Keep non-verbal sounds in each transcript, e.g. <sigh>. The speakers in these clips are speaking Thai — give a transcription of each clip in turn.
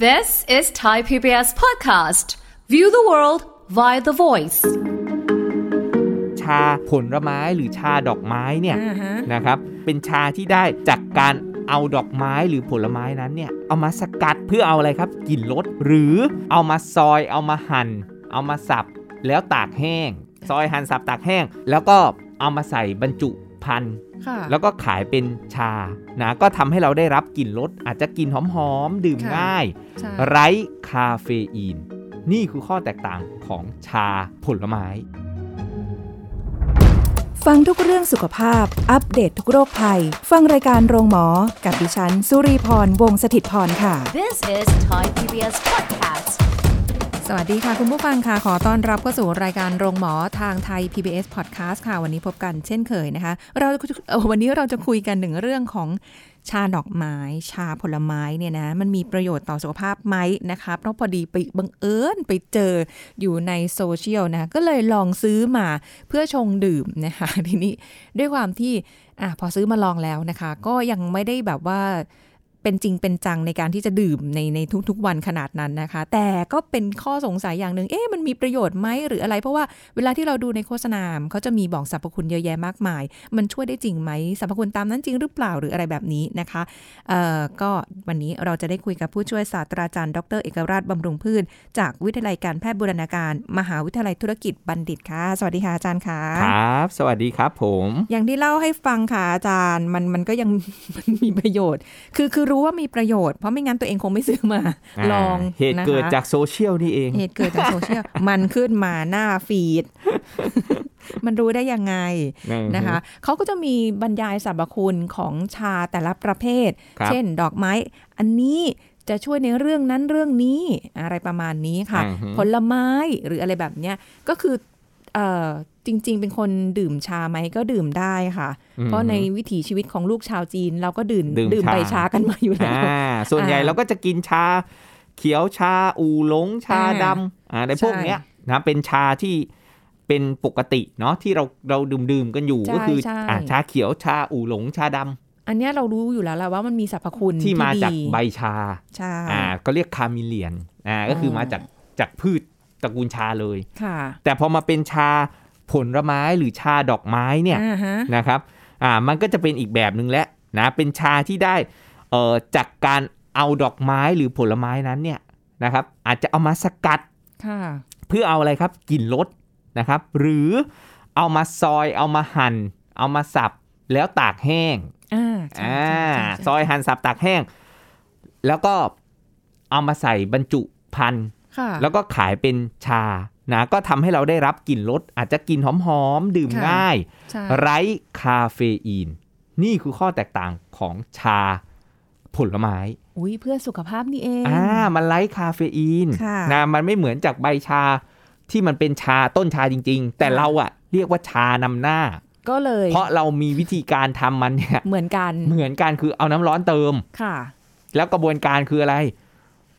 This is Thai PBS podcast. View the world via the voice. ชาผลไม้หรือชาดอกไม้เนี่ย อ่าฮะ นะครับเป็นชาที่ได้จากการเอาดอกไม้หรือผลไม้นั้นเนี่ยเอามาสกัดเพื่อเอาอะไรครับกลิ่นรสหรือเอามาซอยเอามาหั่น เอามาสับแล้วตากแห้ง ซอยหั่นสับตากแห้ง แล้วก็เอามาใส่บรรจุพันธุ์ ค่ะ แล้วก็ขายเป็นชานะก็ทำให้เราได้รับกลิ่นรสอาจจะกลิ่นหอมๆ ดื่ม ค่ะ ง่าย ใช่ ไร้คาเฟอีน นี่คือข้อแตกต่างของชาผลไม้ ฟังทุกเรื่องสุขภาพ อัปเดตททุกโรคภัย ฟังรายการโรงหมอ กับดิฉัน สุรีพร วงศิตพรค่ะ This is Thai PBS podcast. สวัสดีค่ะ คุณผู้ฟังค่ะ ขอต้อนรับเข้าสู่รายการโรงหมอทางไทย PBS Podcast ค่ะ วันนี้พบกันเช่นเคยนะคะ เราจะเอ่อวันนี้เราจะคุยกันถึงเรื่องของชาดอกไม้ ชาผลไม้เนี่ยนะ มันมีประโยชน์ต่อสุขภาพไหมนะคะ เพราะพอดีไปบังเอิญไปเจออยู่ในโซเชียลนะคะก็เลยลองซื้อมาเพื่อชงดื่มนะคะ <laughs> ทีนี้ด้วยความที่อ่ะพอซื้อมาลองแล้วนะคะ ก็ยังไม่ได้แบบว่า เป็นจริงเป็นจังในการที่จะดื่มในในทุกๆวันขนาดนั้นนะคะ แต่ก็เป็นข้อสงสัยอย่างหนึ่งเอ๊ะมันมีประโยชน์ไหมหรืออะไร เพราะว่าเวลาที่เราดูในโฆษณาเขาจะมีบอกสรรพคุณเยอะแยะมากมาย มันช่วยได้จริงไหมสรรพคุณตามนั้นจริงหรือเปล่าหรืออะไรแบบนี้นะคะเอ่อก็วันนี้เราจะได้คุยกับผู้ช่วยศาสตราจารย์ดรเอกราชบำรุงพืช จากวิทยาลัยการแพทย์บูรณาการ มหาวิทยาลัยธุรกิจบัณฑิตค่ะ สวัสดีค่ะอาจารย์ค่ะ ครับ สวัสดีครับผม อย่างที่เล่าให้ฟังค่ะอาจารย์มันมันก็ยัง <laughs> มันมีประโยชน์ คือคือรู้ว่ามีประโยชน์เพราะไม่งั้นตัวเองคงไม่ซื้อมา า ลอง เหตุ นะคะ เกิดจากโซเชียลนี่เอง เหตุเกิดจากโซเชียล มันขึ้นมาหน้าฟีด <laughs> มันรู้ได้ยังไงนะคะเขาก็จะมีบรรยายสรรพคุณของชาแต่ละประเภท ครับ เช่น ดอกไม้ อันนี้จะช่วยในเรื่องนั้นเรื่องนี้อะไรประมาณนี้ค่ะ อือฮึ ผลไม้หรืออะไรแบบเนี้ยก็คือเอ่อจริง ๆ เป็นคนดื่มชาไหมก็ดื่มได้ค่ะ อืม เพราะในวิถีชีวิตของลูกชาวจีน เราก็ดื่ม ดื่ม ใบ ชา ชากันมาอยู่แล้ว อ่าส่วนใหญ่ อ่า เราก็จะกินชา เขียวชาอูหลงชาด อ่า ำอ่าในพวกเนี้ยนะเป็นชาที่เป็นปกติเนาะที่เราเราดื่มดื่มๆกันอยู่ ใช่ ก็คือ ใช่ อ่าชาเขียวชาอูหลงชาดำ อันเนี้ยเรารู้อยู่แล้วแหละว่ามันมีสรรพคุณ ที่มาจาก ดี ใบชา ใช่ อ่าก็เรียกคามิเลียนอ่าก็คือมาจากจากพืชตระกูลชาเลย ค่ะ แต่พอมาเป็นชาผลไม้หรือชาดอกไม้เนี่ย อ่าฮะ นะครับอ่ามันก็จะเป็นอีกแบบหนึ่งแหละนะเป็นชาที่ได้เอ่อจากการเอาดอกไม้หรือผลไม้นั้นเนี่ยนะครับอาจจะเอามาสกัด ค่ะ เพื่อเอาอะไรครับกลิ่นรสนะครับ หรือเอามาซอยเอามาหั่น เอามาสับแล้วตากแห้ง อ่าใช่ อ่า ใช่ใช่ใช่ ซอยหั่นสับตากแห้ง แล้วก็เอามาใส่บรรจุพันธุ์ ค่ะ แล้วก็ขายเป็นชานะก็ทำให้เราได้รับกลิ่นรสอาจจะกลิ่นหอมๆ ดื่ม ค่ะ ง่าย ใช่ ไร้คาเฟอีน นี่คือข้อแตกต่างของชาผลไม้ อุ้ยเพื่อสุขภาพนี่เอง อ่ามันไร้คาเฟอีน ค่ะ นะมันไม่เหมือนจากใบชาที่มันเป็นชาต้นชาจริง ๆ แต่เราอะเรียกว่าชานำหน้า ก็เลย เพราะเรามีวิธีการทำมันเนี่ย เหมือนกัน เหมือนกันคือเอาน้ำร้อนเติม ค่ะ แล้วกระบวนการคืออะไร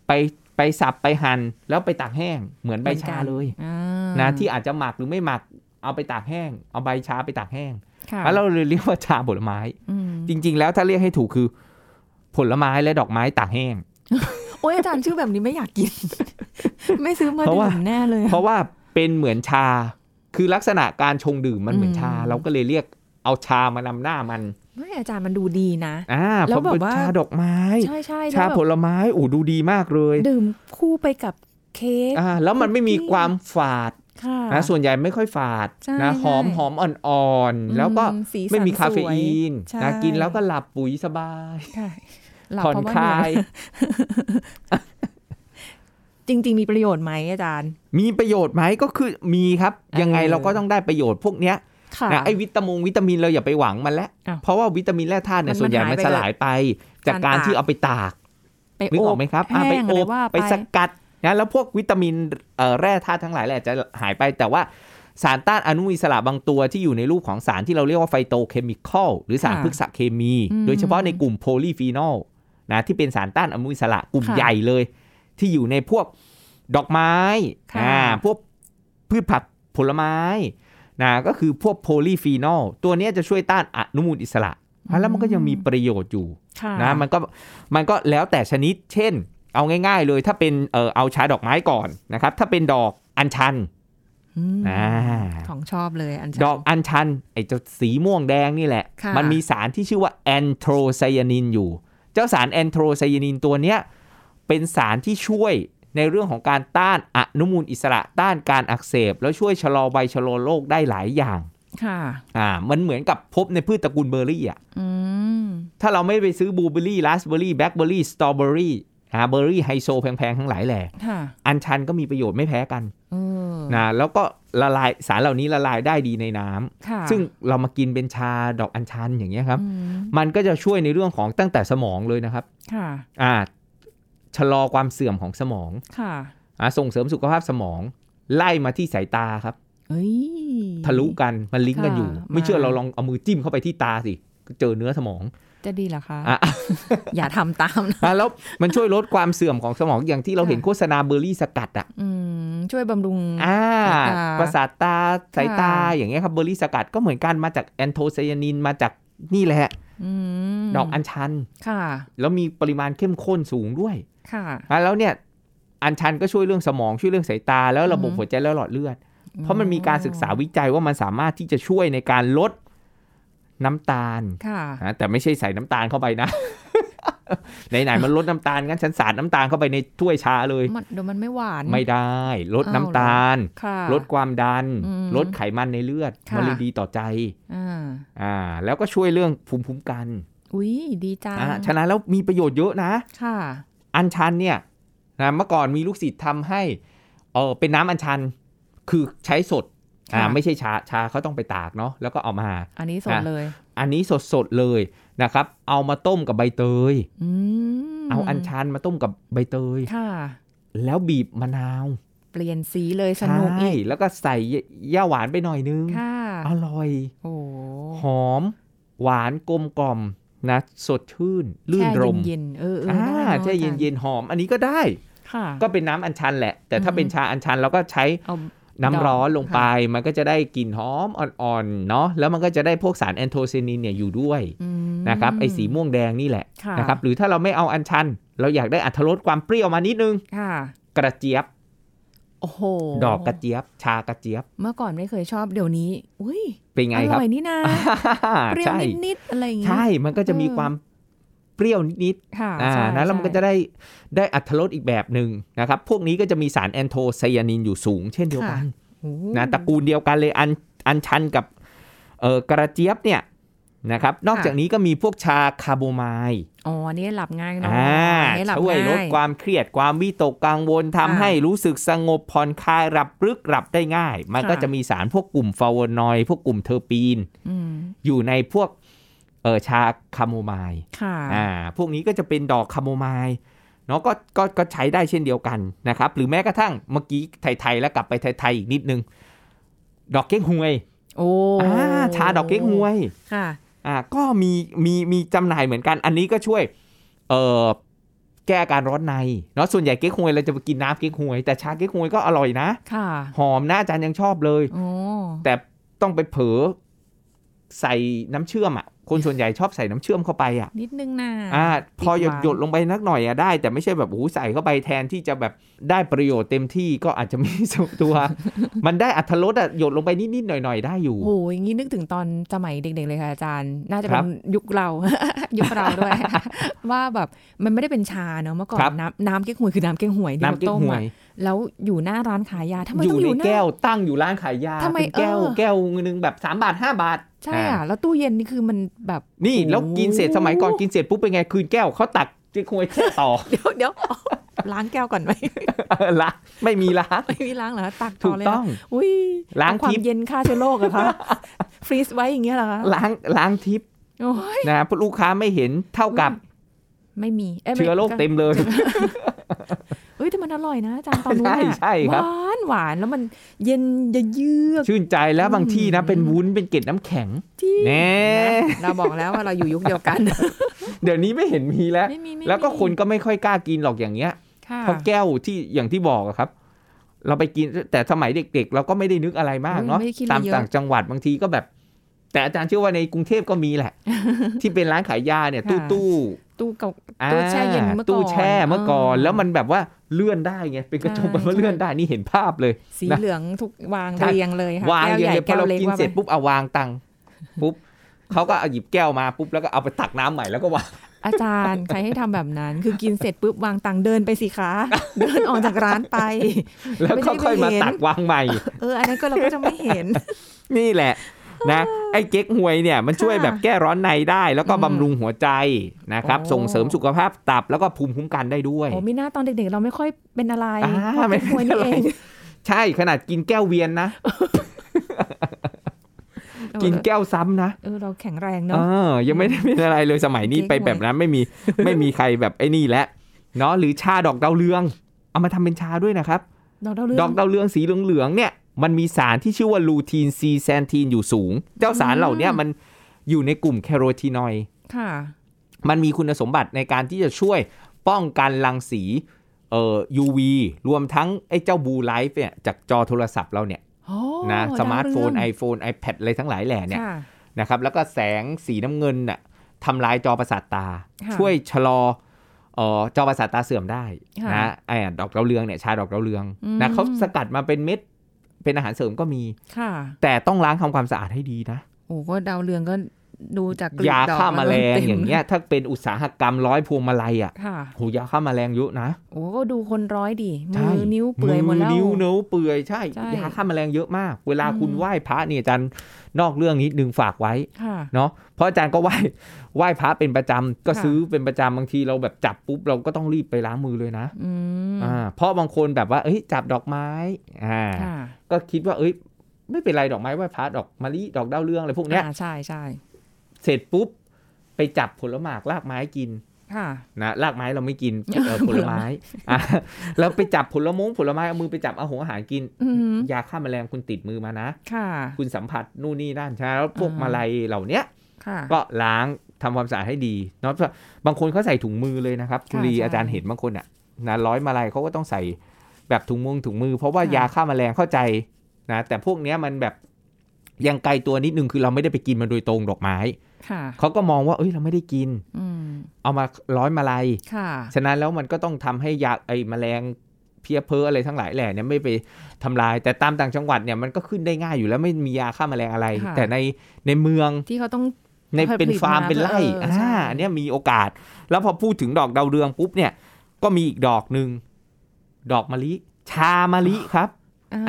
ไปไปสับไปหั่นแล้วไปตากแห้งเหมือนใบชาเลย อ่า นะที่อาจจะหมักหรือไม่หมักเอาไปตากแห้ง เอาใบชาไปตากแห้ง ค่ะ แล้วเราเลยเรียกว่าชาผลไม้ อืม จริง ๆ แล้วถ้าเรียกให้ถูกคือ ผลไม้และดอกไม้ตากแห้ง <laughs> โอ้ยอาจารย์ชื่อแบบนี้ไม่อยากกิน <laughs> ไม่ซื้อมา เพราะ ดื่ ว่า มแน่เลยอะ เพราะว่าเป็นเหมือนชา คือลักษณะการชงดื่มมันเหมือนชา อืม เราก็เลยเรียกเอาชามานำหน้ามัน ไม่อาจารย์มันดูดีนะ อ่า แล้วแบบ เพระเป็น ว่า ชาดอกไม้ ใช่ใช่ ชา แล้วแบบ ผลไม้โอ้ดูดีมากเลย ดื่มคู่ไปกับเค้ก อ่าแล้วมันไม่มีความฝาด ค่ะ นะส่วนใหญ่ไม่ค่อยฝาด ใช่ นะ ใช่ หอมหอมอ่อน อื ๆ แล้วก็ สีสัน ไม่มีคาเฟ สวย อีน ใช่ นะกินแล้วก็หลับปุ๋ยสบาย ใช่หลับ ผ่อน เพระว่ คลาย เหนื่อ <laughs> จริง ๆ มีประโยชน์ไหมอาจารย์ มีประโยชน์ไหมก็คือมีครับ ยังไง เออ เราก็ต้องได้ประโยชน์พวกเนี้ย ค่ะ นะไอ้วิตามินวิตามินเราอย่าไปหวังมันแล้ว อ้าว เพราะว่าวิตามินแร่ธาตุเนี่ย มัน ส่วนใหญ่ หาย มัน ไป สลายไป จาก กา การร ตาก ที่เอาไปตาก ไป นึก โอ ออบ กไหมครับอ่ะ แห้ ไป ง โอ หรื บ ว่า ไปสกัดนะแล้วพวกวิตามินเอ่อแร่ธาตุทั้งหลายแหละจะหายไปแต่ว่าสารต้านอนุมูลอิสระบางตัวที่อยู่ในรูปของสารที่เราเรียกว่าไฟโตเคมีคอลหรือสารพฤกษเคมี โดยเฉพาะในกลุ่มโพลีฟีนอลนะที่เป็นสารต้านอนุมูลอิสระกลุ่ม ค่ะ ใหญ่เลย ที่อยู่ในพวกดอกไม้ ค่ะ อ่าพวกพืชผักผลไม้นะก็คือพวกโพลีฟีนอลตัวเนี้ยจะช่วยต้านอนุมูลอิสระอ่ะแล้วมันก็ยังมีประโยชน์อยู่ ค่ะ นะมันก็มันก็แล้วแต่ชนิด เช่น เอาง่าย ๆ เลยถ้าเป็นเออเอาชาดอกไม้ก่อนนะครับ ถ้าเป็นดอกอัญชัน อืม อ่า ของชอบเลยอันชัน ดอกอัญชันไอ้เจ้าสีม่วงแดงนี่แหละ ค่ะ มันมีสารที่ชื่อว่าแอนโทไซยานินอยู่ เจ้าสารแอนโทไซยานินตัวเนี้ยเป็นสารที่ช่วยในเรื่องของการต้านอนุมูลอิสระต้านการอักเสบ แล้วช่วยชะลอใบชะลอโรคได้หลายอย่าง ค่ะ อ่ามันเหมือนกับพบในพืชตระกูลเบอร์รี่อ่ะ อืม ถ้าเราไม่ไปซื้อบลูเบอร์รี่ ราสเบอร์รี่ แบล็คเบอร์รี่ สตรอเบอร์รี่หาเบอร์รี่ไฮโซแพง ๆ ทั้งหลายแหล่ ค่ะ อัญชันก็มีประโยชน์ไม่แพ้กัน เออ นะแล้วก็ละลายสารเหล่านี้ละลายได้ดีในน้ำ ค่ะ ซึ่งเรามากินเป็นชาดอกอัญชันอย่างเงี้ยครับ อืม มันก็จะช่วยในเรื่องของตั้งแต่สมองเลยนะครับ ค่ะ อ่าชะลอความเสื่อมของสมอง ค่ะ อ่าส่งเสริมสุขภาพสมอง ไล่มาที่สายตาครับ เอ้ย ทะลุกันมันลิงก์กันอยู่ ค่ะ ไม่เชื่อ มา เราลองเอามือจิ้มเข้าไปที่ตาสิก็เจอเนื้อสมอง จะดีเหรอคะ อ่ะ อย่าทำตามนะ อ่ะแล้วมันช่วยลดความเสื่อมของสมองอย่างที่เรา ค่ะ เห็นโฆษณาเบอร์รี่สกัดอ่ะ อืม ช่วยบำรุง อ่า สายตา ประสาทตาสายตา ค่ะ อย่างเงี้ยครับเบอร์รี่สกัดก็เหมือนกันมาจากแอนโทไซยานินมาจากนี่แหละ อืม ดอกอัญชัน ค่ะ แล้วมีปริมาณเข้มข้นสูงด้วย ค่ะ อ่ะแล้วเนี่ยอัญชันก็ช่วยเรื่องสมองช่วยเรื่องสายตา แล้วระบบ อือฮึ หัวใจและหลอดเลือด เพราะมันมีการศึกษาวิจัยว่ามันสามารถที่จะช่วยในการลดน้ำตาล ค่ะ นะแต่ไม่ใช่ใส่น้ำตาลเข้าไปนะ <laughs> ไหนๆมันลดน้ำตาลงั้นฉันสาดน้ำตาลเข้าไปในถ้วยชาเลย มันเดี๋ยวมันไม่หวาน ไม่ได้ลด อ้าว น้ำตาล ค่ะ ลดความดัน อืม ลดไขมันในเลือด ค่ะ มันเลยดีต่อใจ อ่า อ่าแล้วก็ช่วยเรื่องภูมิคุ้มกัน อุ้ยดีจัง อ่าฉะนั้นแล้วมีประโยชน์เยอะนะ ค่ะ อัญชันเนี่ยนะเมื่อก่อนมีลูกศิษย์ทำให้เออเป็นน้ำอัญชันคือใช้สดอ่า ค่ะ ไม่ใช่ชาชาเขาต้องไปตากเนาะแล้วก็เอามา อันนี้สด อ่ะ เลย อันนี้สดสดๆเลยนะครับ เอามาต้มกับใบเตย อืม เอาอัญชันมาต้มกับใบเตย ค่ะ แล้วบีบมะนาว เปลี่ยนสีเลยสนุกอี ใช่ ก แล้วก็ใส่ย่าหวานไปหน่อยนึง ค่ะ อร่อย โอ้ หอม หวานกลมกล่อมนะสดชื่น ลื่นรม แช่เย็นๆเออเออ อ่า ได้อะ ใช่เย็นเย็นๆหอม อันนี้ก็ได้ ๆค่ะ ก็เป็นน้ำอัญชันแหละ แต่ถ้า อืม เป็นชาอัญชันเราก็ใช้ เอา น้ำร้อนลง ค่ะ ไป มันก็จะได้กลิ่นหอมอ่อนๆเนาะแล้วมันก็จะได้พวกสารแอนโทไซนินเนี่ยอยู่ด้วย อืม นะครับไอ้สีม่วงแดงนี่แหละ ค่ะ นะครับหรือถ้าเราไม่เอาอัญชัน เราอยากได้อัถรสความเปรี้ยวมานิดนึง ค่ะ กระเจี๊ยบ โอ้โห ดอกกระเจี๊ยบ ชากระเจี๊ยบ เมื่อก่อนไม่เคยชอบเดี๋ยวนี้ อุ้ย เป็นไง อ ครับ ร่อยนี่นาเปรี้ยว ใช่ นิดๆอะไรอย่างงี้ ใช่มันก็จะมี เออ ความเปรี้ยวนิดๆ ค่ะ อ่า ใช่ นะแล้วมัน ใช่ ก็จะได้ได้อัตรสอีกแบบหนึ่งนะครับ พวกนี้ก็จะมีสารแอนโทไซยานินอยู่สูงเช่นเดียวกัน โอ้ นะตระกูลเดียวกันเลยอันอันชันกับเออกระเจี๊ยบเนี่ยนะครับ นอกจากนี้ก็มีพวกชาคาโบไมล์ อ๋ออันนี่หลับง่ายเนาะ อ่า อันนี้หลับ ช่วยลด ง่าย ความเครียดความวิตกกังวลทำ ค่ะ ให้รู้สึกสงบผ่อนคลายหลับลึกหลับได้ง่าย มัน ค่ะ ก็จะมีสารพวกกลุ่มฟลาโวนอยด์พวกกลุ่มเทอร์ปีน อืม อยู่ในพวกเออชาคาโมไมล์ ค่ะ อ่าพวกนี้ก็จะเป็นดอกคาโมไมล์เนาะก็ก็ก็ใช้ได้เช่นเดียวกันนะครับ หรือแม้กระทั่งเมื่อกี้ไทยๆแล้วกลับไปไทยๆอีกนิดนึง ดอกเก๊กฮวย โอ้ อ่าชาดอกเก๊กฮวย ค่ะ อ่าก็มีมีมีจำหน่ายเหมือนกัน อันนี้ก็ช่วยเอ่อแก้อาการร้อนในเนาะส่วนใหญ่เก๊กฮวยเราจะไปกินน้ำเก๊กฮวย แต่ชาเก๊กฮวยก็อร่อยนะ ค่ะ หอมนะอาจารย์ยังชอบเลย โอ้ แต่ต้องไปเผลอใส่น้ำเชื่อมอ่ะคนส่วนใหญ่ชอบใส่น้ำเชื่อมเข้าไปอ่ะ นิดนึงนะ อ่าพอหยด ติดหวาน หยดลงไปนักหน่อยอะได้ แต่ไม่ใช่แบบโอ้โหใส่เข้าไปแทนที่จะแบบได้ประโยชน์เต็มที่ก็อาจจะไม่ สมตัว มันได้อัธรสอะหยดลงไปนิดๆหน่อยๆ ได้อยู่ โอ้โหอย่างนี้นึกถึงตอนสมัยเด็ก ๆ เลยค่ะอาจารย์ น่าจะ ค เป็ รั น บ ยุคเรา <laughs> ยุคเรา <laughs> ด้วย ว่าแบบมันไม่ได้เป็นชาเนอะเมื่อก่อน ครับ น้ำน้ำเก๊กฮวยคือน้ำเก๊กฮวยที่ น้ำ เรา เก๊ก ต้ม ฮว อะ ย แล้วอยู่หน้าร้านขายยาทำไม อ ต้ ยู่ องอ ใน ยู่หน้า แก้วตั้งอยู่ร้านขายยา ทำไม เป็นแก้ว เออ แก้วนึงแบบ3บาท5บาท ใช่ อ่า อ่ะแล้วตู้เย็นนี่คือมันแบบ <laughs> นี่แล้วกินเสร็จสมัยก่อนกินเสร็จปุ๊บเป็นไงคืนแก้วเขาตักเก๊กฮวยแช่ต่อ <laughs> เดี๋ยวเดี๋ยว <laughs> ล้างแก้วก่อนไหม <laughs> ละไม่มีละ ไม่มีล้างเหรอตักต่ ถู อก เลยเหร ต้อง อุ้ย ล้าง เอความ ทิพย์ เย็นฆ่าเชื้อโรคเหรอะคะ <laughs> ฟรีซไว้อย่างเงี้ยเหรอคะ ล้างล้างทิป โอ้ย นะเพราะลูกค้าไม่เห็นเท่ากับ ไม่มียไม่ เชื้อโรคเต็มเลย เอ้ยแต่มันอร่อยนะอาจารย์ตอนนู้น ใช่ อะ ใช่ครับ หวานหวานแล้วมันเย็นเยือก ชื่นใจแล้วบางที่นะเป็นวุ้นเป็นเกล็ดน้ำแข็ง จริง แน่ นะเราบอกแล้วว่าเราอยู่ยุคเดียวกัน เดี๋ยวนี้ไม่เห็นมีแล้ว ไม่มีไม่มี แล้วก็คนก็ไม่ค่อยกล้ากินหรอกอย่างเงี้ย ค่ะ เพราะแก้วที่อย่างที่บอกอะครับ เราไปกินแต่สมัยเด็ก ๆ เราก็ไม่ได้นึกอะไรมากเนาะ โอ้ยไม่ได้คิด ตาม อะไรเยอะ ต่างจังหวัดบางที <laughs> ก็แบบ แต่อาจารย์เชื่อว่าในกรุงเทพก็มีแหละ ที่เป็นร้านขายยาเนี่ย ตู้ ค่ะ ตู้ ตู้เก่า อ่า ตู้แช่เย็นเมื่อก่อน ตู้แช่เมื่อก่อน แล้วมันแบบว่าเลื่อนได้ไงเป็นกระจก ใช่ มันว่า ใช่ เลื่อนได้นี่เห็นภาพเลย สี นะ เหลืองทุกวาง ใช่ เรียงเลยค่ะ วาง แก้ว เรีย ให ง ญ่ เลยพอ แก้ว เรา เล็ก กิน ว่า เสร็จ ไป ปุ๊บเอาวางตังค์ปุ๊บเขาก็เอาหยิบแก้วมาปุ๊บแล้วก็เอาไปตักน้ำใหม่แล้วก็วาง อาจารย์ใครให้ทำแบบนั้น คือกินเสร็จปุ๊บวางตังค์เดินไปสิคะ เดินออกจากร้านไป แล้วก็ค่อยมา ไม่ได้ไปเห็น ตักวางใหม่ เอออันนั้นก็เราก็จะไม่เห็น นี่แหละนะไอ้เก๊กฮวยเนี่ยมันช่วย ค่ะ แบบแก้ร้อนในได้ แล้วก็ อืม บำรุงหัวใจนะครับ โอ้ ส่งเสริมสุขภาพตับแล้วก็ภูมิคุ้มกันได้ด้วย โอ้มีหน้าตอนเด็กๆ เราไม่ค่อยเป็นอะไร อ่า เพราะ ไม่ เป็นมวยนี่ เป็นอะไร เอง ใช่ขนาดกินแก้วเวียนนะ กิน เออ แก้วซ้ำนะ เออเราแข็งแรง เอ เนาะ อยังไม่ได้เป็นอะไรเลยสมัยนี้ เก๊ก ไป ฮวย แบบนั้นไม่มีไม่มีใครแบบไอ้นี่แล้วเนาะหรือชาดอกดาวเรือง เอามาทำเป็นชาด้วยนะครับ ดอกดาวเรือง ดอกดาวเรืองสีเหลืองๆเนี่ยมันมีสารที่ชื่อว่าลูทีนซีแซนทีนอยู่สูง เจ้าสารเหล่าเนี้ยมันอยู่ในกลุ่มแคโรทีนอยด์ ค่ะ มันมีคุณสมบัติในการที่จะช่วยป้องกันรังสีเอ่อ UV รวมทั้งไอ้เจ้าบูไลท์เนี่ยจากจอโทรศัพท์เราเนี่ย โอ้ นะสมาร์ทโฟน ดวเรือง iPhone iPad อะไรทั้งหลายแหล่เนี่ย ค่ะ นะครับแล้วก็แสงสีน้ำเงินน่ะทำลายจอประสาทตา ค่ะ ช่วยชะลอเอ่อจอประสาทตาเสื่อมได้ ค่ะ นะไอ้ดอกดาวเรืองเนี่ยชาดอกดาวเรือง อืม นะเขาสกัดมาเป็นเม็ดเป็นอาหารเสริมก็มี ค่ะ แต่ต้องล้างทำความสะอาดให้ดีนะ โอ้ก็ดาวเรืองก็ดูจากกลีบ ยา ดอก ฆ่าแมลง ต็ อย่างเงี้ยถ้าเป็นอุตสาหกรรมร้อยพวงมาลัยอ่ะ ค่ะ โหยาฆ่าแมลงเยอะนะ โอ้ก็ดูคนร้อยดิ ใช่ มือนิ้วเปื่อยหมดแล้ว นิ้วเนื้อเปื่อยใช่ ใช่ ยาฆ่าแมลงเยอะมาก เวลา อืม คุณไหว้พระเนี่ยอาจารย์นอกเรื่องนิดนึงฝากไว้ ค่ะ เนาะเพราะอาจารย์ก็ไหว้ไหว้พระเป็นประจำก็ ค่ะ ซื้อเป็นประจำบางทีเราแบบจับปุ๊บเราก็ต้องรีบไปล้างมือเลยนะ อืม อ่าเพราะบางคนแบบว่าเอ้ยจับดอกไม้อ่า ค่ะ ก็คิดว่าเอ้ย ไม่เป็นไรดอกไม้ไหว้พระดอกมะลิดอกดาวเรืองอะไรพวกเนี้ย อ่าใช่ใช่ เสร็จปุ๊บไปจับผลหมากรากไม้กิน ค่ะ นะรากไม้เราไม่กินเอ่อผ <laughs> ลไม้อ่ะแล้วไปจับผลมงผลไม้เอามือไปจับเอาหัวอาหารกิน อืม ยาฆ่าแมลงคุณติดมือมานะ ค่ะ คุณสัมผัสนู่นนี่นั่นใช่ไหมแล้วพวก อ่าม มาลัยเหล่าเนี้ย ค่ะ ก็ล้างทำความสะอาดให้ดีเนาะบางคนเขาใส่ถุงมือเลยนะครับคุณลี ใช่ อาจารย์เห็นบางคนอ่ะนะร้อยมาลัยเขาก็ต้องใส่แบบถุงมือถุงมือ เพราะว่า ค่ะ ยาฆ่าแมลงเข้าใจนะแต่พวกเนี้ยมันแบบยังไกลตัวนิดนึงคือเราไม่ได้ไปกินมันโดยตรงดอกไม้ ค่ะ เขาก็มองว่าเอ้ยเราไม่ได้กิน อืม เอามาร้อยมาลัย ค่ะ ฉะนั้นแล้วมันก็ต้องทำให้ยาไอ้แมลงเพี้ยเพ้ออะไรทั้งหลายแหล่เนี่ยไม่ไปทำลาย แต่ตามต่างจังหวัดเนี่ยมันก็ขึ้นได้ง่ายอยู่แล้วไม่มียาฆ่าแมลงอะไร ค่ะ แต่ในในเมือง ที่เขาต้อง ใน ผลิต เป็นฟาร์ม มา เป็นไร่ เออ อ่ ใช่ าเนี่ยมีโอกาส แล้วพอพูดถึงดอกดาวเรืองปุ๊บเนี่ยก็มีอีกดอกหนึ่งดอกมะลิ ชามะลิครับ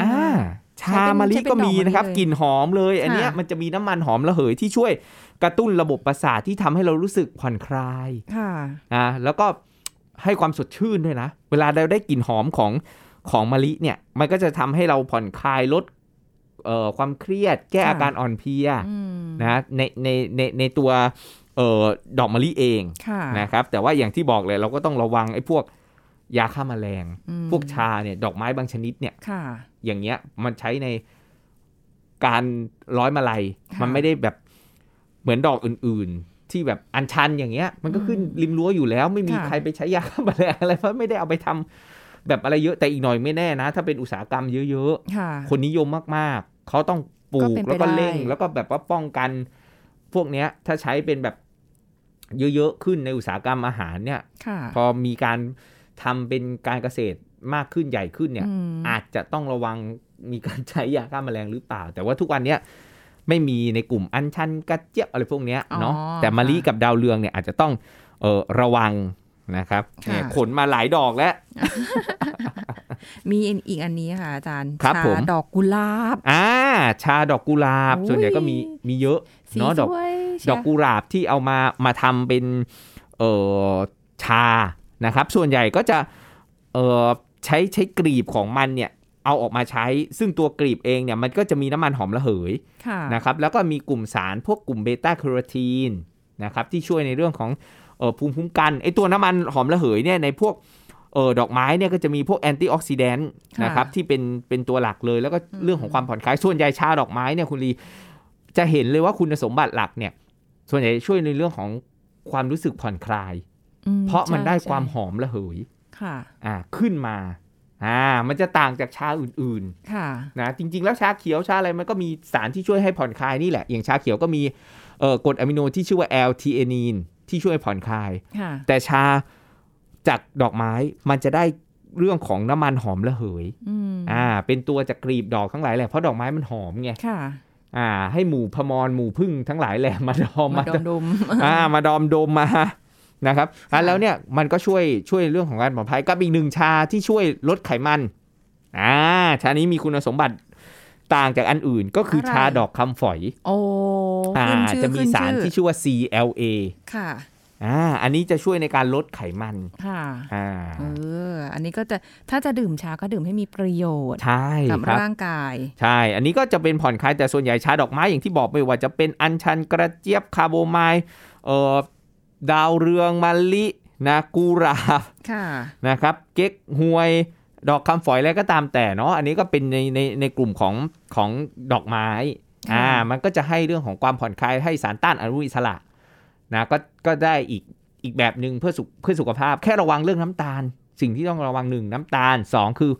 อ่า อ่าชามะลิ ใช้เป็น ก็มีนะครับ ดอกมะลิเลย กลิ่นหอมเลย อันเนี้ย ค่ะ มันจะมีน้ำมันหอมระเหยที่ช่วยกระตุ้นระบบประสาทที่ทำให้เรารู้สึกผ่อนคลาย ค่ะ นะแล้วก็ให้ความสดชื่นด้วยนะ เวลาเราได้กลิ่นหอมของของมะลิเนี่ย มันก็จะทำให้เราผ่อนคลายลดเอ่อความเครียด แก้ ค่ะ อาการอ่อนเพลีย อืม นะในในในในตัวเอ่อดอกมะลิเอง ค่ะ นะครับ แต่ว่าอย่างที่บอกเลยเราก็ต้องระวังไอ้พวกยาฆ่าแมลง อืม พวกชาเนี่ยดอกไม้บางชนิดเนี่ย ค่ะ อย่างเงี้ยมันใช้ในการร้อยมาลัย ค่ะ มันไม่ได้แบบเหมือนดอกอื่นๆ ที่แบบอันชันอย่างเงี้ย มันก็ขึ้นริมรั้วอยู่แล้ว ไม่มีใครไปใช้ยาฆ่าแมลงอะไร <laughs> เพราะไม่ได้เอาไปทำแบบอะไรเยอะแต่อีกหน่อยไม่แน่นะ ถ้าเป็นอุตสาหกรรมเยอะ ค่ะ ๆ คนนิยมมากๆ เขาต้องปลูกก็เป็นแล้วไปก็เล่ง ได้ แล้วก็แบบว่าป้องกัน พวกเนี้ย ถ้าใช้เป็นแบบเยอะๆขึ้นในอุตสาหกรรมอาหารเนี่ย ค่ะ พอมีการทำเป็นการเกษตรมากขึ้นใหญ่ขึ้นเนี่ย อืม อาจจะต้องระวังมีการใช้ยาฆ่าแมลงหรือเปล่า แต่ว่าทุกวันเนี้ยไม่มีในกลุ่มอัญชันกระเจี๊ยบอะไรพวกเนี้ยเนาะแต่มะลิกับดาวเรืองเนี่ยอาจจะต้องเออระวังนะครับเนี่ยขนมาหลายดอกแล้ว มีอีกอันนี้ค่ะอาจารย์ ครับ ชา ผม ดอกกุหลาบ อ่าชาดอกกุหลาบ โอ้ย ส่วนใหญ่ก็มีมีเยอะ สี เนาะ ส ดอก วยเชีย ดอกกุหลาบที่เอามามาทำเป็นเออชานะครับ ส่วนใหญ่ก็จะเออใช้ใช้กลีบของมันเนี่ยเอาออกมาใช้ ซึ่งตัวกลีบเองเนี่ยมันก็จะมีน้ำมันหอมระเหย ค่ะ นะครับแล้วก็มีกลุ่มสารพวกกลุ่มเบต้าแคโรทีนนะครับที่ช่วยในเรื่องของเอ่อภูมิคุ้มกันไอตัวน้ำมันหอมระเหยเนี่ยในพวกเออดอกไม้เนี่ยก็จะมีพวกแอนตี้ออกซิแดนต์ ค่ะ นะครับที่เป็นเป็นตัวหลักเลย แล้วก็เรื่องของความผ่อนคลาย ส่วนใหญ่ชาดอกไม้เนี่ยคุณลีจะเห็นเลยว่าคุณสมบัติหลักเนี่ยส่วนใหญ่ช่วยในเรื่องของความรู้สึกผ่อนคลาย อื เพราะมัน ใช่ ได้ ใช่ ความหอมระเหย ค่ะ อ่าขึ้นมาอ่ามันจะต่างจากชาอื่นๆ ค่ะ นะจริง ๆ แล้วชาเขียวชาอะไรมันก็มีสารที่ช่วยให้ผ่อนคลายนี่แหละ อย่างชาเขียวก็มีเอ่อกรดอะมิโนที่ชื่อว่า L-theanine ที่ช่วยผ่อนคลาย ค่ะ แต่ชาจากดอกไม้มันจะได้เรื่องของน้ำมันหอมระเหย อืม อ่า เป็นตัวจากกลีบดอกทั้งหลายแหละเพราะดอกไม้มันหอมไง ค่ะ อ่า ให้หมู่พมรหมู่พึ่งทั้งหลายแหละมาดอม มา มา ด ด ม ม ดม อ่ามาดอมดมมานะครับอ่ะแล้วเนี่ยมันก็ช่วยช่วยเรื่องของการผ่อนคลายกับอีกหนึ่งชาที่ช่วยลดไขมันอ่าชานี้มีคุณสมบัติต่างจากอันอื่นก็คือ อะไร ชาดอกคำฝอย โอ้ อ่า ขึ้นชื่อ จะมี ขึ้น สาร ชื่อ ที่ชื่อว่า CLA ค่ะ อ่าอันนี้จะช่วยในการลดไขมัน ค่ะ อ่า เอออันนี้ก็จะถ้าจะดื่มชาก็ดื่มให้มีประโยชน์ ใช่ กับ ครับ ร่างกาย ใช่ อันนี้ก็จะเป็นผ่อนคลายแต่ส่วนใหญ่ชาดอกไม้อย่างที่บอกไปว่าจะเป็นอัญชันกระเจี๊ยบคาโบไมล์เอ่อดาวเรืองมะลินะกุหลาบ ค่ะ นะครับ เก๊กฮวย ดอกคำฝอยอะไรก็ตามแต่เนาะอันนี้ก็เป็นในในในกลุ่มของของดอกไม้อ่า ค่ะ มันก็จะให้เรื่องของความผ่อนคลายให้สารต้านอนุมูลอิสระนะก็ก็ได้อีกอีกแบบหนึ่งเพื่อสุขเพื่อสุขภาพ แค่ระวังเรื่องน้ำตาล สิ่งที่ต้องระวังหนึ่งน้ำตาลสองคือ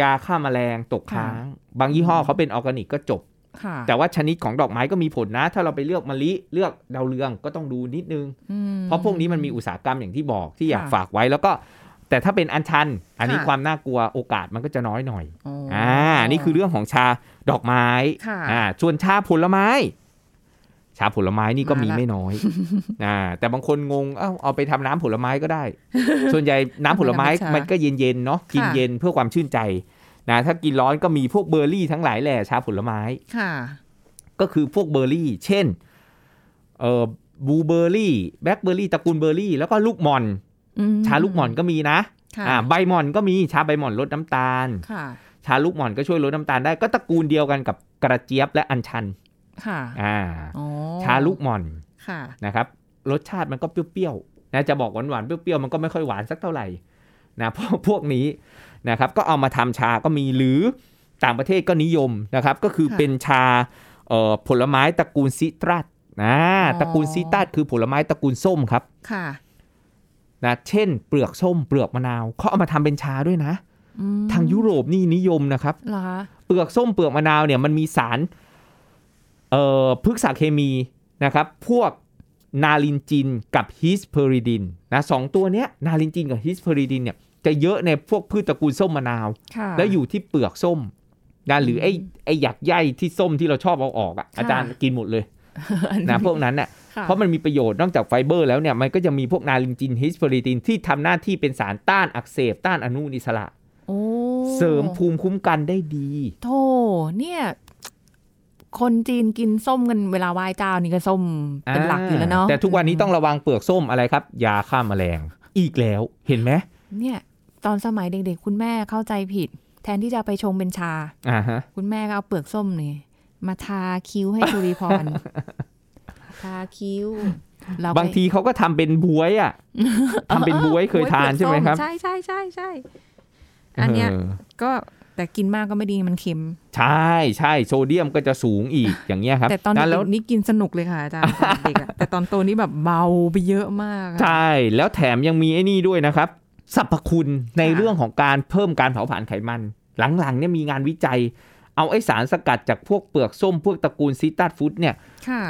ยาฆ่าแมลงตกค้าง บางยี่ห้อเขาเป็นออร์แกนิกก็จบ ค่ะ แต่ว่าชนิดของดอกไม้ก็มีผลนะ ถ้าเราไปเลือกมะลิเลือกดาวเรืองก็ต้องดูนิดนึง อืม เพราะพวกนี้มันมีอุตสาหกรรมอย่างที่บอกที่อยาก ค่ะ ฝากไว้แล้วก็ แต่ถ้าเป็นอัญชัน อันนี้ ค่ะ ความน่ากลัวโอกาสมันก็จะน้อยหน่อย โ อ่านี่คือเรื่องของชาดอกไม้ ค่ะ อ่าส่วนชาผลไม้ ชาผลไม้นี่ก็มี มาละ ไม่น้อย อ่าแต่บางคนงงเอ้าเอาไปทำน้ำผลไม้ก็ <laughs> ได้ ส่วนใหญ่น้ำผลไม้มันก็เย็นๆเนาะกินเย็นเพื่อความชื่นใจนะถ้ากินร้อนก็มีพวกเบอร์รี่ทั้งหลายแหละชาผลไม้ ค่ะ ก็คือพวกเบอร์รี่ เช่น เอ่อบูเบอร์รี่ แบล็คเบอร์รี่ ตระกูลเบอร์รี่ แล้วก็ลูกหม่อน อืม ชาลูกหม่อนก็มีนะ ค่ะ อ่าใบหม่อนก็มี ชาใบหม่อนลดน้ำตาล ค่ะ ชาลูกหม่อนก็ช่วยลดน้ำตาลได้ ก็ตระกูลเดียวกันกับกระเจี๊ยบและอัญชัน ค่ะ อ่า อ๋อ ชาลูกหม่อน ค่ะ นะครับ รสชาติมันก็เปรี้ยวๆ นะ จะบอกหวานๆ เปรี้ยวๆ มันก็ไม่ค่อยหวานสักเท่าไหร่ นะ <laughs> พวกพวกนี้นะครับ ก็เอามาทำชาก็มี หรือต่างประเทศก็นิยมนะครับ ก็คือ ค่ะ เป็นชาเอ่อผลไม้ตระกูลซิตรัสนะตระกูลซิตรัสคือผลไม้ตระกูลส้มครับ ค่ะ นะเช่น เปลือกส้มเปลือกมะนาวเขาเอามาทำเป็นชาด้วยนะ อืม ทางยุโรปนี่นิยมนะครับ เหรอคะ เปลือกส้มเปลือกมะนาวเนี่ยมันมีสารเอ่อพฤกษเคมีนะครับ พวกนาลินจินกับฮิสเพอริดินนะสองตัวเนี้ยนาลินจินกับฮิสเพอริดินเนี่ยจะเยอะในพวกพืชตระกูลส้มมะนาว ค่ะ แล้วอยู่ที่เปลือกส้มนะหรือไอ้ไอ้หยักใยที่ส้มที่เราชอบเอาออกอะอาจารย์กินหมดเลย อั นะพวกนั้นน่ะ ค่ะ เพราะมันมีประโยชน์นอกจากไฟเบอร์แล้วเนี่ยมันก็จะมีพวกนาลินจินฮิสเพอริดินที่ทำหน้าที่เป็นสารต้านอักเสบต้านอนุมูลอิสระ โอ้ เสริมภูมิคุ้มกันได้ดี โธ่เนี่ย คนจีนกินส้มกันเวลาไหว้เจ้านี่ก็ส้มเป็นหลักอยู่แล้วเนาะ แต่ทุกวันนี้ต้องระวังเปลือกส้มอะไรครับ ยาฆ่าแมลง อีกแล้วเห็นไหม เนี่ย ตอนสมัยเด็กๆ คุณแม่เข้าใจผิด แทนที่จะเอาไปชงเป็นชา อ่าฮะ คุณแม่ก็เอาเปลือกส้มนี่มาทาคิ้วให้สุริพร <laughs> ทาคิ้วเราก็ บางทีเขาก็ทำเป็นบวย <laughs> อ่ะทำเป็นบวยเคยทานใช่ไหมครับ ใช่ใช่ใช่ใช่อันเนี้ย เออ ก็แต่กินมากก็ไม่ดีมันเค็ม ใช่ใช่โซเดียมก็จะสูงอีก <laughs> อย่างเงี้ยครับ แต่ตอน แล้ว เด็กๆนี่กินสนุกเลยค่ะอาจารย์ ตอนเด็ก <laughs> อะแต่ตอนโตนี่แบบเบาไปเยอะมากอะ ใช่แล้วแถมยังมีไอ้นี่ด้วยนะครับสรรพคุณใน ค่ะ เรื่องของการเพิ่มการเผาผลาญไขมัน หลังๆเนี่ยมีงานวิจัย เอาไอสารสกัดจากพวกเปลือกส้มพวกตระกูลซิตรัสฟูดเนี่ย ค่ะ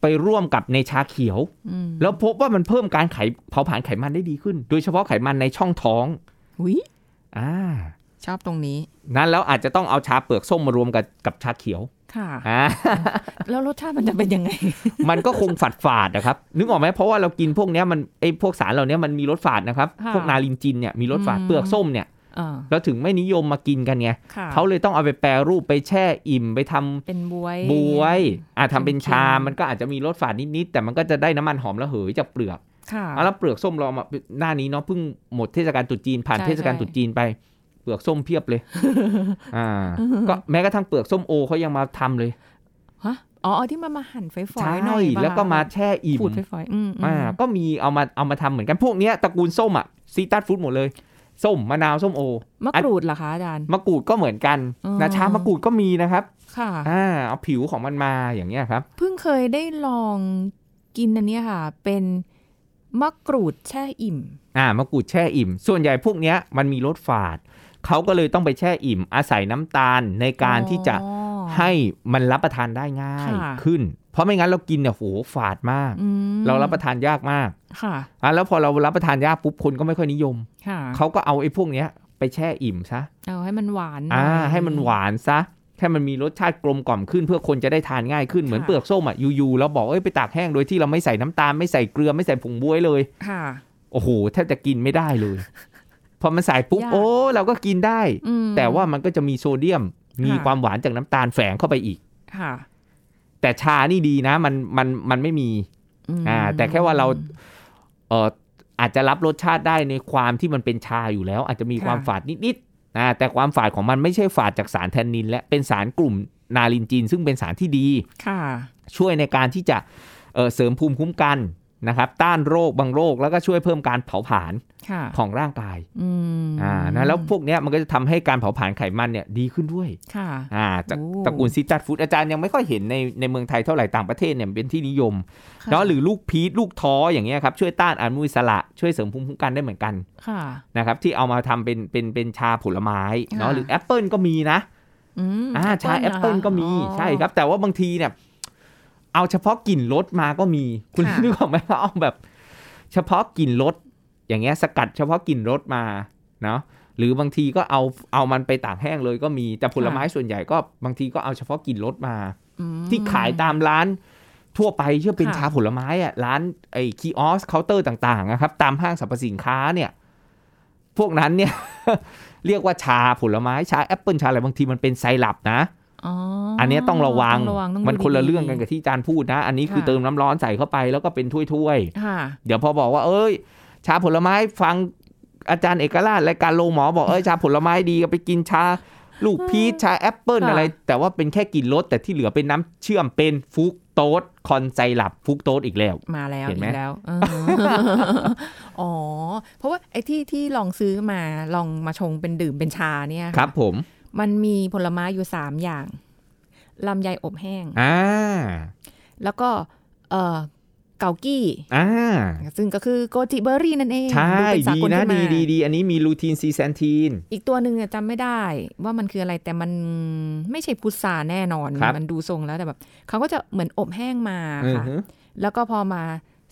ไปร่วมกับในชาเขียว อืม แล้วพบว่ามันเพิ่มการไขเผาผลาญไขมันได้ดีขึ้น โดยเฉพาะไขมันในช่องท้อง อุ๊ย อ่า ชอบตรงนี้ นั้นแล้วอาจจะต้องเอาชาเปลือกส้มมารวมกับกับชาเขียว ค่ะ อ่า <laughs> แล้วรสชาติมันจะเป็นยังไง มันก็คงฝาดฝาดๆนะครับ นึกออกไหมเพราะว่าเรากินพวกเนี้ยมันไอพวกสารเหล่าเนี้ยมันมีรสฝาดนะครับ ค่ะ พวกนาลินจินเนี่ยมีรสฝาด อืม เปลือกส้มเนี่ย เออ เราถึงไม่นิยมมากินกันไง ค่ะ เขาเลยต้องเอาไปแปรรูปไปแช่อิ่มไปทำ เป็นบวย บวยอ่าทำเป็นชา เป็นเค็ม มันก็อาจจะมีรสฝาดนิดๆแต่มันก็จะได้น้ำมันหอมระเหยจากเปลือก ค่ะ อ่ะแล้วเปลือกส้มเราเอามาหน้านี้เนาะเพิ่งหมดเทศกาลตรุษจีนผ่าน ใช่ เทศกาล ใช่ ตรุษจีนไป เปลือกส้มเพียบเลย อ่า ก็แม้กระทั่งเปลือกส้มโอเขายังมาทำเลย ฮะอ๋อเอาที่มามาหั่นไฟฝอ ใช่ ยหน่อยปะ แล้วก็มาแช่อิ่ม ขูดไฟฝอยอืมอืม อ่าก็มีเอามาเอามาทำเหมือนกันพวกเนี้ยตระกูลส้มอ่ะซีตัสฟู้ดหมดเลย ส้มมะนาวส้มโอ มะกรูดเหรอคะอาจารย์ มะกรูดก็เหมือนกัน อ๋อ นะชามะกรูดก็มีนะครับ ค่ะ อ่าเอาผิวของมันมาอย่างเงี้ยครับ เพิ่งเคยได้ลองกินอันเนี้ยค่ะ เป็นมะกรูดแช่อิ่ม อ่ามะกรูดแช่อิ่ม ส่วนใหญ่พวกเนี้ยมันมีรสฝาดเขาก็เลยต้องไปแช่อิ่ม อาศัยน้ำตาลในการที่จะ อ๋อ ให้มันรับประทานได้ง่าย ค่ะ ขึ้น เพราะไม่งั้นเรากินเนี่ยโหฝาดมาก อืม เรารับประทานยากมาก ค่ะ อ่ะแล้วพอเรารับประทานยากปุ๊บคนก็ไม่ค่อยนิยม ค่ะ เขาก็เอาไอ้พวกเนี้ยไปแช่อิ่มซะ เอาให้มันหวาน อ่า น่อย ให้มันหวานซะให้มันมีรสชาติกลมกล่อมขึ้นเพื่อคนจะได้ทานง่ายขึ้นเหมือน ค่ะ เปลือกส้มอ่ะอยู่ๆเราบอกเอ้ยไปตากแห้งโดยที่เราไม่ใส่น้ำตาลไม่ใส่เกลือไม่ใส่ผงบ๊วยเลย ค่ะ โอ้โหแทบจะกินไม่ได้ <laughs> เลย พอมันใส่ปุ๊บ ยาก โอ้เราก็กินได้ อืม แต่ว่ามันก็จะมีโซเดียม มี ค่ะ ความหวานจากน้ำตาลแฝงเข้าไปอีก ค่ะ แต่ชานี่ดีนะ มันมันมันไม่มี ม อ่าแต่แค่ว่าเราเอออาจจะรับรสชาติได้ในความที่มันเป็นชาอยู่แล้ว อาจจะมีความฝาดนิดๆนะแต่ความฝาดของมันไม่ใช่ฝาดจากสารแทนนิน และเป็นสารกลุ่มนาลินจิน ซึ่งเป็นสารที่ดี ค่ะ ช่วยในการที่จะเอ่อเสริมภูมิคุ้มกันนะครับ ต้านโรคบางโรคแล้วก็ช่วยเพิ่มการเผาผลาญ ค่ะ ของร่างกาย อืม อ่านะแล้วพวกเนี้ยมันก็จะทำให้การเผาผลาญไขมันเนี่ยดีขึ้นด้วย ค่ะ อ่าจาก โอ้ ตระกูลซิตรัสฟูดอาจารย์ยังไม่ค่อยเห็นในในเมืองไทยเท่าไหร่ต่างประเทศเนี่ยเป็นที่นิยม ค่ะ เนาะหรือลูกพีชลูกท้ออย่างเงี้ยครับช่วยต้านอนุมูลอิสระช่วยเสริมภูมิคุ้มกันได้เหมือนกัน ค่ะ นะครับที่เอามาทำเป็นเป็นเป็นชาผลไม้เนาะ ค่ะ หรือแอปเปิลก็มีนะ อืม อ่าชาแอปเปิล หรคะ ก็มี อ๋อ ใช่ครับ แต่ว่าบางทีเนี่ยเอาเฉพาะกลิ่นรสมาก็มี คุณ ค่ะ นึกออกไหมเอาแบบ เฉพาะกลิ่นรสอย่างเงี้ยสกัดเฉพาะกลิ่นรสมาเนาะหรือบางทีก็เอาเอามันไปตากแห้งเลยก็มีแต่ผลไม้ส่วนใหญ่ก็บางทีก็เอาเฉพาะกลิ่นรสมา อืม ที่ขายตามร้านทั่วไปเชื่อเป็น ค่ะ ชาผลไม้อะร้านไอ้คีออสเคาน์เตอร์ต่างๆนะครับ ตามห้างสรรพสินค้าเนี่ย พวกนั้นเนี่ย <laughs> เรียกว่าชาผลไม้ชาแอปเปิลชาอะไรบางทีมันเป็นไซรัปนะ อ๋อ อั อั นเนี้ยต้องระวัง ต้อง มัน ดู คนละ ดีๆ เรื่องกันกับที่อาจารย์พูดนะ อันนี้คือ ค่ะ เติมน้ำร้อนใส่เข้าไปแล้วก็เป็นถ้วย ค่ะ ๆเดี๋ยวพอบอกว่า เอ้ย ชาผลไม้ฟังอาจารย์เอกราชรายการโรงหมอบอกเอ้ยชาผลไม้ดีก็ไปกินชาลูกพีชชาแอปเปิล ค่ะ อะไร แต่ว่าเป็นแค่กลิ่นรสแต่ที่เหลือเป็นน้ำเชื่อมเป็นฟรุกโตสคอนไซรัปฟรุกโตสอีกแล้ว มาแล้ว เห็นไหม อี <laughs> กแล้วเอออ๋อ เพราะว่าไอ้ที่ที่ลองซื้อมาลองมาชงเป็นดื่มเป็นชาเนี่ย ครับผม มันมีผลไม้อยู่สามอย่างลำไยอบแห้ง อ่า แล้วก็เออเกากี้ อ่า ซึ่งก็คือโกจิเบอร์รี่นั่นเอง ใช่ ดูเป็นสา ดี กล นะ ขึ้ ดี มา ดีดีอันนี้มีลูทีนซีแซนทีน อีกตัวหนึ่งอะจำไม่ได้ ว่ามันคืออะไรแต่มันไม่ใช่พุทราแน่นอน ครับ มันดูทรงแล้วแต่แบบเขาก็จะเหมือนอบแห้งมาค่ะ แล้วก็พอมา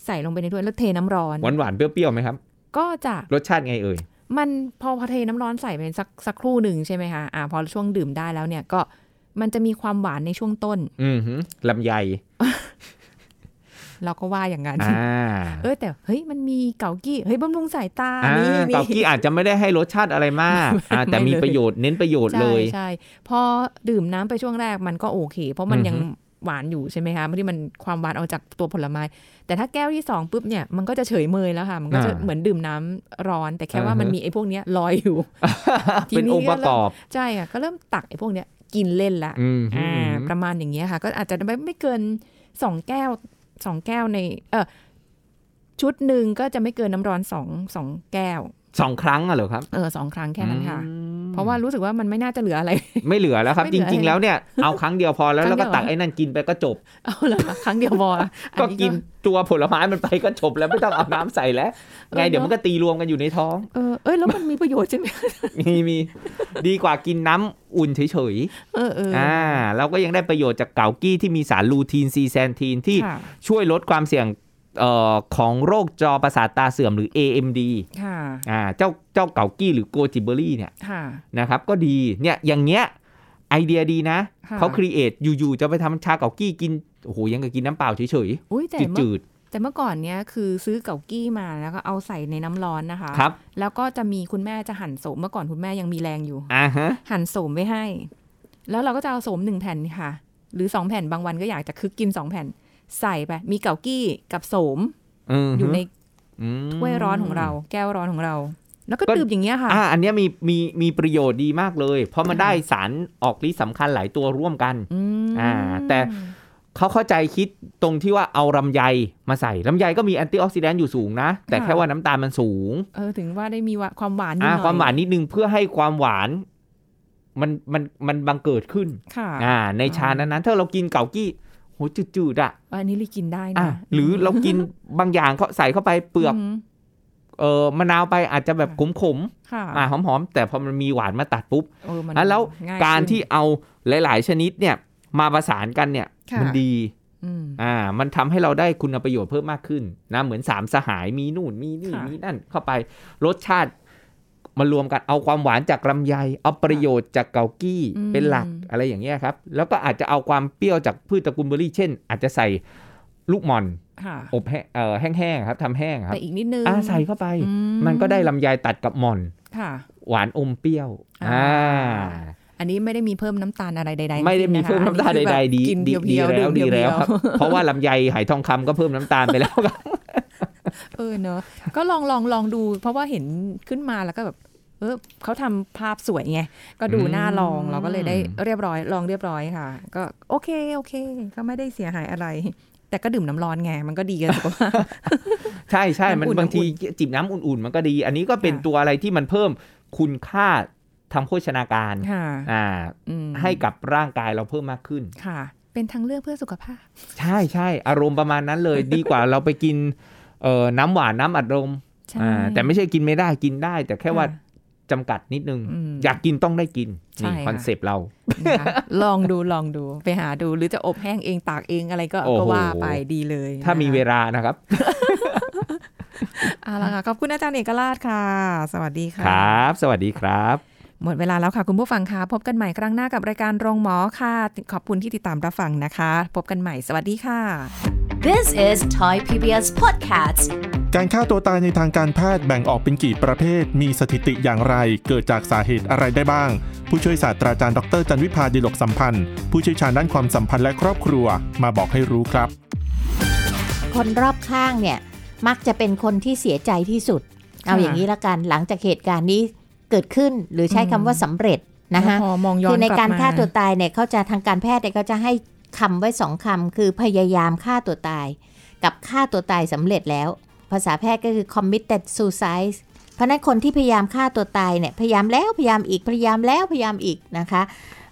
ใส่ลงไปในถ้วยแล้วเทน้ำร้อน หวานหวานๆเปรี้ยวๆไหมครับ ก็จะ รสชาติไงเอ่ย มันพอพอเทน้ำร้อนใส่ไปสักสักครู่หนึ่งใช่ไหมคะอ่าพอช่วงดื่มได้แล้วเนี่ยก็มันจะมีความหวานในช่วงต้น อืมฮึลำไย เราก็ว่าอย่างนั้น อ่า เออแต่เฮ้ยมันมีเกากี้เฮ้ยบำรุงสายตา อ่า นี่ เกา นี่ กี้อาจจะไม่ได้ให้รสชาติอะไรมากอ่าแต่ ไม่ มี เลย ประโยชน์เน้นประโยชน์เลย ใช่ใช่พอดื่มน้ำไปช่วงแรกมันก็โอเค เพราะมัน อือฮึ ยังหวานอยู่ใช่ไหมคะที่มันความหวานเอาจากตัวผลไม้ แต่ถ้าแก้วที่สองปุ๊บเนี่ยมันก็จะเฉยเมยแล้วค่ะ มันก็จะเหมือนดื่มน้ำร้อน แต่แค่ว่ามันมีไอ้พวกเนี้ยลอยอยู่ ที เป็นองค์ประกอบ ใช่ค่ะก็เริ่มตักไอ้พวกเนี้ยกินเล่นละ อืมฮึ อ่าประมาณอย่างเงี้ยค่ะ ก็อาจจะไม่ไม่เกินสองแก้วสองแก้วในเออชุดหนึ่งก็จะไม่เกินน้ำร้อนสองสองแก้ว สองครั้งอะเหรอครับ เออสองครั้งแค่นั้นค่ะ อืม เพราะว่ารู้สึกว่ามันไม่น่าจะเหลืออะไร <laughs> ไม่เหลือแล้วครับ ไม่ จ เหลือ ริง ๆ แล้วเนี่ย เอาครั้งเดียวพอแล้ว ครั้ แล้ว งเดี ก็ ยว ตักไอ้นั่นกินไปก็จบ เอาละครั้งเดี <laughs> ยวพอละอั ก็กินตัวผลไม้มันไปก็จบแล้วไม่ต้องเอาน้ำใส่แล้ว ไงเดี๋ยวมันก็ตีรวมกันอยู่ในท้อง เออเอ้ยแล้วมันมีประโยชน์ใช่ไหม มีมีดีกว่ากินน้ำอุ่นเฉย เออเออ ๆ อ อ่าเราก็ยังได้ประโยชน์จากเกากี้ที่มีสารลูทีนซีแซนทีนที่ ค่ะ ช่วยลดความเสี่ยงเออของโรคจอประสาทตาเสื่อมหรือ AMD ค่ะ อ่าเจ้าเจ้าเกากี้หรือโกจิเบอรี่เนี่ย ค่ะ นะครับก็ดีเนี่ยอย่างเงี้ยไอเดียดีนะ ค่ะ เขาครีเอทอยู่ๆ จะไปทำชาเกากี้กิน โอ้โห ยังกับกินน้ำเปล่าเฉย อุ้ยแต่ ๆ เมื่อ จืด แต่เมื่อก่อนเนี้ยคือซื้อเกากี้มาแล้วก็เอาใส่ในน้ำร้อนนะคะ ๆ ครับ แล้วก็จะมีคุณแม่จะหั่นโสมเมื่อก่อนคุณแม่ยังมีแรงอยู่ อ่าฮะ หั่นโสมไว้ให้ แล้วเราก็จะเอาโสมหนึ่งแผ่นค่ะ หรือสองแผ่นบางวันก็อยากจะคึกกินสองแผ่น ใส่ไปมีเกากี้กับโสม ม อยู่ใน ม ถ้วยร้อนของเรา แก้วร้อนของเรา แล้วก็ ก็ ดื่มอย่างเงี้ยค่ะ อ่าอันเนี้ยมีมีมีประโยชน์ดีมากเลย เพราะมัน ค่ะ ได้สารออกฤทธิ์สำคัญหลายตัวร่วมกัน อืม อ่าแต่ เขาเข้าใจคิดตรงที่ว่าเอาลำไยมาใส่ลำไยก็มีแอนตี้ออกซิแดนต์อยู่สูงนะ แต่แค่ว่าน้ำตาลมันสูง เออถึงว่าได้มีวะความหวานนิด อ่า หน่อย ความหวานนิดนึงเพื่อให้ความหวานมันมันมันบังเกิดขึ้น ค่ะ อ่าในชานั้นๆถ้าเรากินเกากี้โหจืดๆอ่ะ อันนี้รีกินได้ อ่ะ นะ หรือเรากิน บางอย่างเขาใส่เข้าไปเปลือก ม เออมะนาวไปอาจจะแบบขม ค่ะ ๆอ่าหอมๆ แต่พอมันมีหวานมาตัดปุ๊บ เออมัน อ่ะแล้ว ง่ย การ ขึ้น ที่เอาหลาย ๆ ชนิดเนี่ยมาประสานกันเนี่ย ค่ะ มันดี อืม อ่ามันทำให้เราได้คุณประโยชน์เพิ่มมากขึ้นนะเหมือนสามสหายมีนู่นมีนี่ ค่ะ มีนั่นเข้าไปรสชาติมารวมกันเอาความหวานจากลำไย เอาประโยชน์จากเกากี้เป็นหลักอะไรอย่างเงี้ยครับ แล้วก็อาจจะเอาความเปรี้ยวจากพืชตระกูลเบอร์รี่ เช่น อาจจะใส่ลูกหม่อน ค่ะ อบแห้งเอ่อแห้งๆครับทำแห้งครับ แต่อีกนิดนึง อ่าใส่เข้าไป อืม มันก็ได้ลำไยตัดกับหม่อน ค่ะ หวานอมเปรี้ยว อ่า อ่า อันนี้ไม่ได้มีเพิ่มน้ำตาลอะไรใดๆ ไม่ได้มี ะคะ เพิ่มน้ำตาล อัคือแบบ ใดๆดี กิน ดี เพียว ดี ๆ แล้ว ม ดีแล้ว เพีย ครับ เพราะว่าลำไยหายทองคำก็เพิ่มน้ำตาลไปแล้วครับ เออเนอะก็ลองลองลองดู เพราะว่าเห็นขึ้นมาแล้วก็แบบเออเขาทำภาพสวยไงก็ดู อืม น่าลองเราก็เลยได้เรียบร้อยลองเรียบร้อยค่ะ ก็โอเคโอเค ก็ไม่ได้เสียหายอะไร แต่ก็ดื่มน้ำร้อนไงมันก็ดีกันสุขภาพ ใช่ใช่มัน น้ำอุ่น บางทีจิบน้ำอุ่นๆ มันก็ดี อันนี้ก็เป็น ค่ะ ตัวอะไรที่มันเพิ่มคุณค่าทางโภชนาการ <laughs> ค่ะ อ่า อืม ให้กับร่างกายเราเพิ่มมากขึ้น ค่ะ เป็นทางเลือกเพื่อสุขภาพ ใช่ใช่อารมณ์ประมาณนั้นเลย <laughs> ดีกว่าเราไปกินเอ่อน้ำหวานน้ำอัดลม ใช่ อ่าแต่ไม่ใช่กินไม่ได้กินได้ แต่แค่ว่า ค่ะ จำกัดนิดนึง อืม อยากกินต้องได้กิน ใช่ นี่ ค่ะ คอนเซปต์เรา นะคะลองดูลองดูไปหาดูหรือจะอบแห้งเองตากเองอะไรก็ โอ้โห ก็ว่าไปดีเลย ถ้ามี นะคะ เวลานะครับ เอาละค่ะขอบคุณอาจารย์เอกราชค่ะ สวัสดีค่ะ ครับ สวัสดีครับ หมดเวลาแล้วค่ะคุณผู้ฟังค่ะ พบกันใหม่ครั้งหน้ากับรายการโรงหมอค่ะ ขอบคุณที่ติดตามรับฟังนะคะ พบกันใหม่สวัสดีค่ะ This is Thai PBS Podcast การฆ่าตัวตายในทางการแพทย์แบ่งออกเป็นกี่ประเภท มีสถิติอย่างไร เกิดจากสาเหตุอะไรได้บ้าง ผู้ช่วยศาสตราจารย์ดอกเตอรจันวิพาดิลกสัมพันธ์ ผู้เชี่ยวชาญด้านความสัมพันธ์และครอบครัว มาบอกให้รู้ครับ คนรอบข้างเนี่ย มักจะเป็นคนที่เสียใจที่สุด เอา ค่ะ อย่างนี้ละกันหลังจากเหตุการณ์นี้เกิดขึ้นหรือใช้ อืม คำว่าสำเร็จนะคะ พอมองย้อน คือในการ ลับม ฆ่าตัวตายเนี่ยเขาจะทางการแพทย์เนี่ยเขาจะให้คำไว้สองคำคือพยายามฆ่าตัวตาย กับฆ่าตัวตายสำเร็จแล้ว ภาษาแพทย์ก็คือ committed suicide เพราะฉะนั้นคนที่พยายามฆ่าตัวตายเนี่ยพยายามแล้วพยายามอีกพยายามแล้วพยายามอีกนะคะ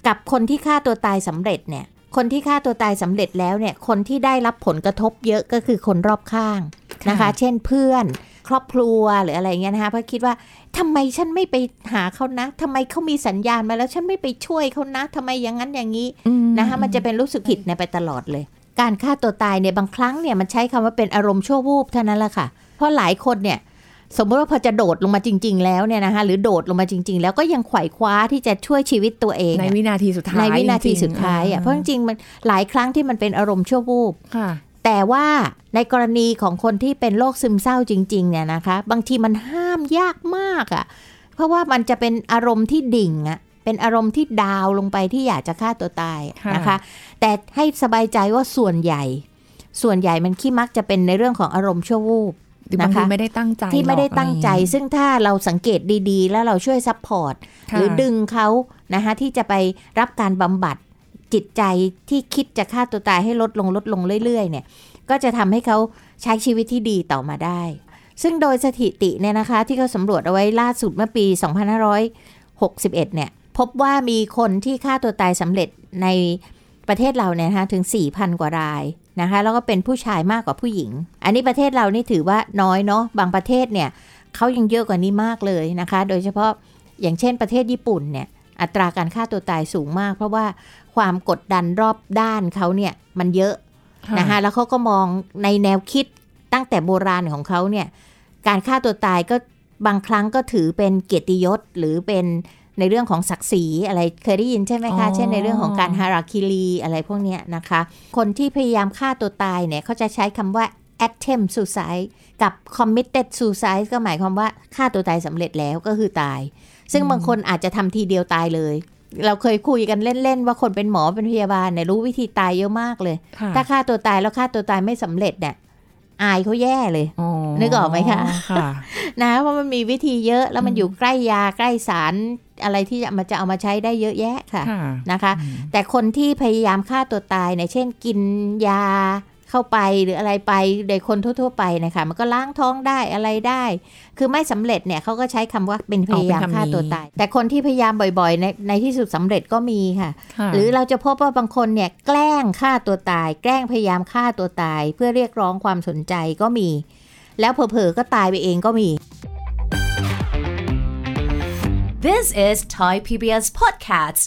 กับคนที่ฆ่าตัวตายสำเร็จเนี่ย คนที่ฆ่าตัวตายสำเร็จแล้วเนี่ย คนที่ได้รับผลกระทบเยอะก็คือคนรอบข้างนะคะ เช่นเพื่อนครอบครัวหรืออะไรเงี้ยนะคะ เพราะคิดว่าทำไมฉันไม่ไปหาเขานะทำไมเขามีสัญญาณมาแล้วฉันไม่ไปช่วยเขานะทำไมอย่างนั้นอย่างนี้ อื นะคะมันจะเป็นรู้สึกผิดในยไปตลอดเลย การฆ่าตัวตายเนี่ยบางครั้งเนี่ยมันใช้คำว่าเป็นอารมณ์ชั่ววูบเท่านั้นแหละค่ะ เพราะหลายคนเนี่ยสมมติว่าพอจะโดดลงมาจริง ๆ แล้วเนี่ยนะคะหรือโดดลงมาจริง ๆ แล้วก็ยังไขว่คว้าที่จะช่วยชีวิตตัวเอง ใน อะ วินาทีสุดท้าย ในวินาทีสุดท้าย จงๆ อ่ะเพราะจริงๆมันหลายครั้งที่มันเป็นอารมณ์ชั่ววูบ ค่ะ แต่ว่าในกรณีของคนที่เป็นโรคซึมเศร้าจริงๆเนี่ยนะคะ บางทีมันห้ามยากมากอะ่ะ เพราะว่ามันจะเป็นอารมณ์ที่ดิ่งอะ่ะเป็นอารมณ์ที่ดาวน์ลงไปที่อยากจะฆ่าตัวตายนะคะ ค่ะ แต่ให้สบายใจว่าส่วนใหญ่ ส่วนใหญ่มันขี้มักจะเป็นในเรื่องของอารมณ์ชั่ววูบ หรือบาง นะคะ ทีไม่ได้ตั้งใจ ที่ไม่ได้ตั้งใจ หรอก ซึ่งถ้าเราสังเกตดีๆ แล้วเราช่วยซัพพอร์ต ค่ะ หรือดึงเขานะคะที่จะไปรับการบำบัดจิตใจที่คิดจะฆ่าตัวตายให้ลดลงลดลงเรื่อยๆเนี่ยก็จะทำให้เขาใช้ชีวิตที่ดีต่อมาได้ ซึ่งโดยสถิติเนี่ยนะคะที่เขาสำรวจเอาไว้ล่าสุดเมื่อปี 2561 เนี่ยพบว่ามีคนที่ฆ่าตัวตายสำเร็จในประเทศเราเนี่ยนะคะถึง 4,000 กว่ารายนะคะแล้วก็เป็นผู้ชายมากกว่าผู้หญิง อันนี้ประเทศเรานี่ถือว่าน้อยเนาะบางประเทศเนี่ยเขายังเยอะกว่านี้มากเลยนะคะ โดยเฉพาะ อย่างเช่นประเทศญี่ปุ่นเนี่ยอัตราการฆ่าตัวตายสูงมาก เพราะว่าความกดดันรอบด้านเขาเนี่ยมันเยอะ ะ นะคะแล้วเขาก็มองในแนวคิดตั้งแต่โบราณของเขาเนี่ยการฆ่าตัวตายก็บางครั้งก็ถือเป็นเกียรติยศหรือเป็นในเรื่องของศักดิ์ศรีอะไรเคยได้ยินใช่ไหมคะ อ๋อ เช่นในเรื่องของการฮาราคิรีอะไรพวกเนี้ยนะคะ คนที่พยายามฆ่าตัวตายเนี่ยเขาจะใช้คำว่า attempt suicide กับ committed suicide ก็หมายความว่าฆ่าตัวตายสำเร็จแล้วก็คือตาย ซึ่งบางคนอาจจะทำทีเดียวตายเลย เราเคยคุยกันเล่น ๆ ว่าคนเป็นหมอเป็นพยาบาลเนี่ยรู้วิธีตายเยอะมากเลย ค่ะ ถ้าฆ่าตัวตายแล้วฆ่าตัวตายไม่สำเร็จเนี่ยอายเขาแย่เลย อ๋อ นึกออกไหมคะ ค่ะ นะเพราะมันมีวิธีเยอะแล้วมัน อืม อยู่ใกล้ยาใกล้สารอะไรที่จะมันจะเอามาใช้ได้เยอะแยะค่ะ ค่ะ นะคะ แต่คนที่พยายามฆ่าตัวตายเนี่ยเช่นกินยาเข้าไปหรืออะไรไปโดยคนทั่ว ๆ ไปนะคะมันก็ล้างท้องได้อะไรได้ คือไม่สำเร็จเนี่ยเขาก็ใช้คำว่าเป็นพยายาม อ๋อเป็นคำนี้ ฆ่าตัวตาย แต่คนที่พยายามบ่อยๆ ในในที่สุดสำเร็จก็มีค่ะ ค่ะ หรือเราจะพบว่าบางคนเนี่ยแกล้งฆ่าตัวตาย แกล้งพยายามฆ่าตัวตาย เพื่อเรียกร้องความสนใจก็มี แล้วเผลอๆก็ตายไปเองก็มี This is Thai PBS Podcast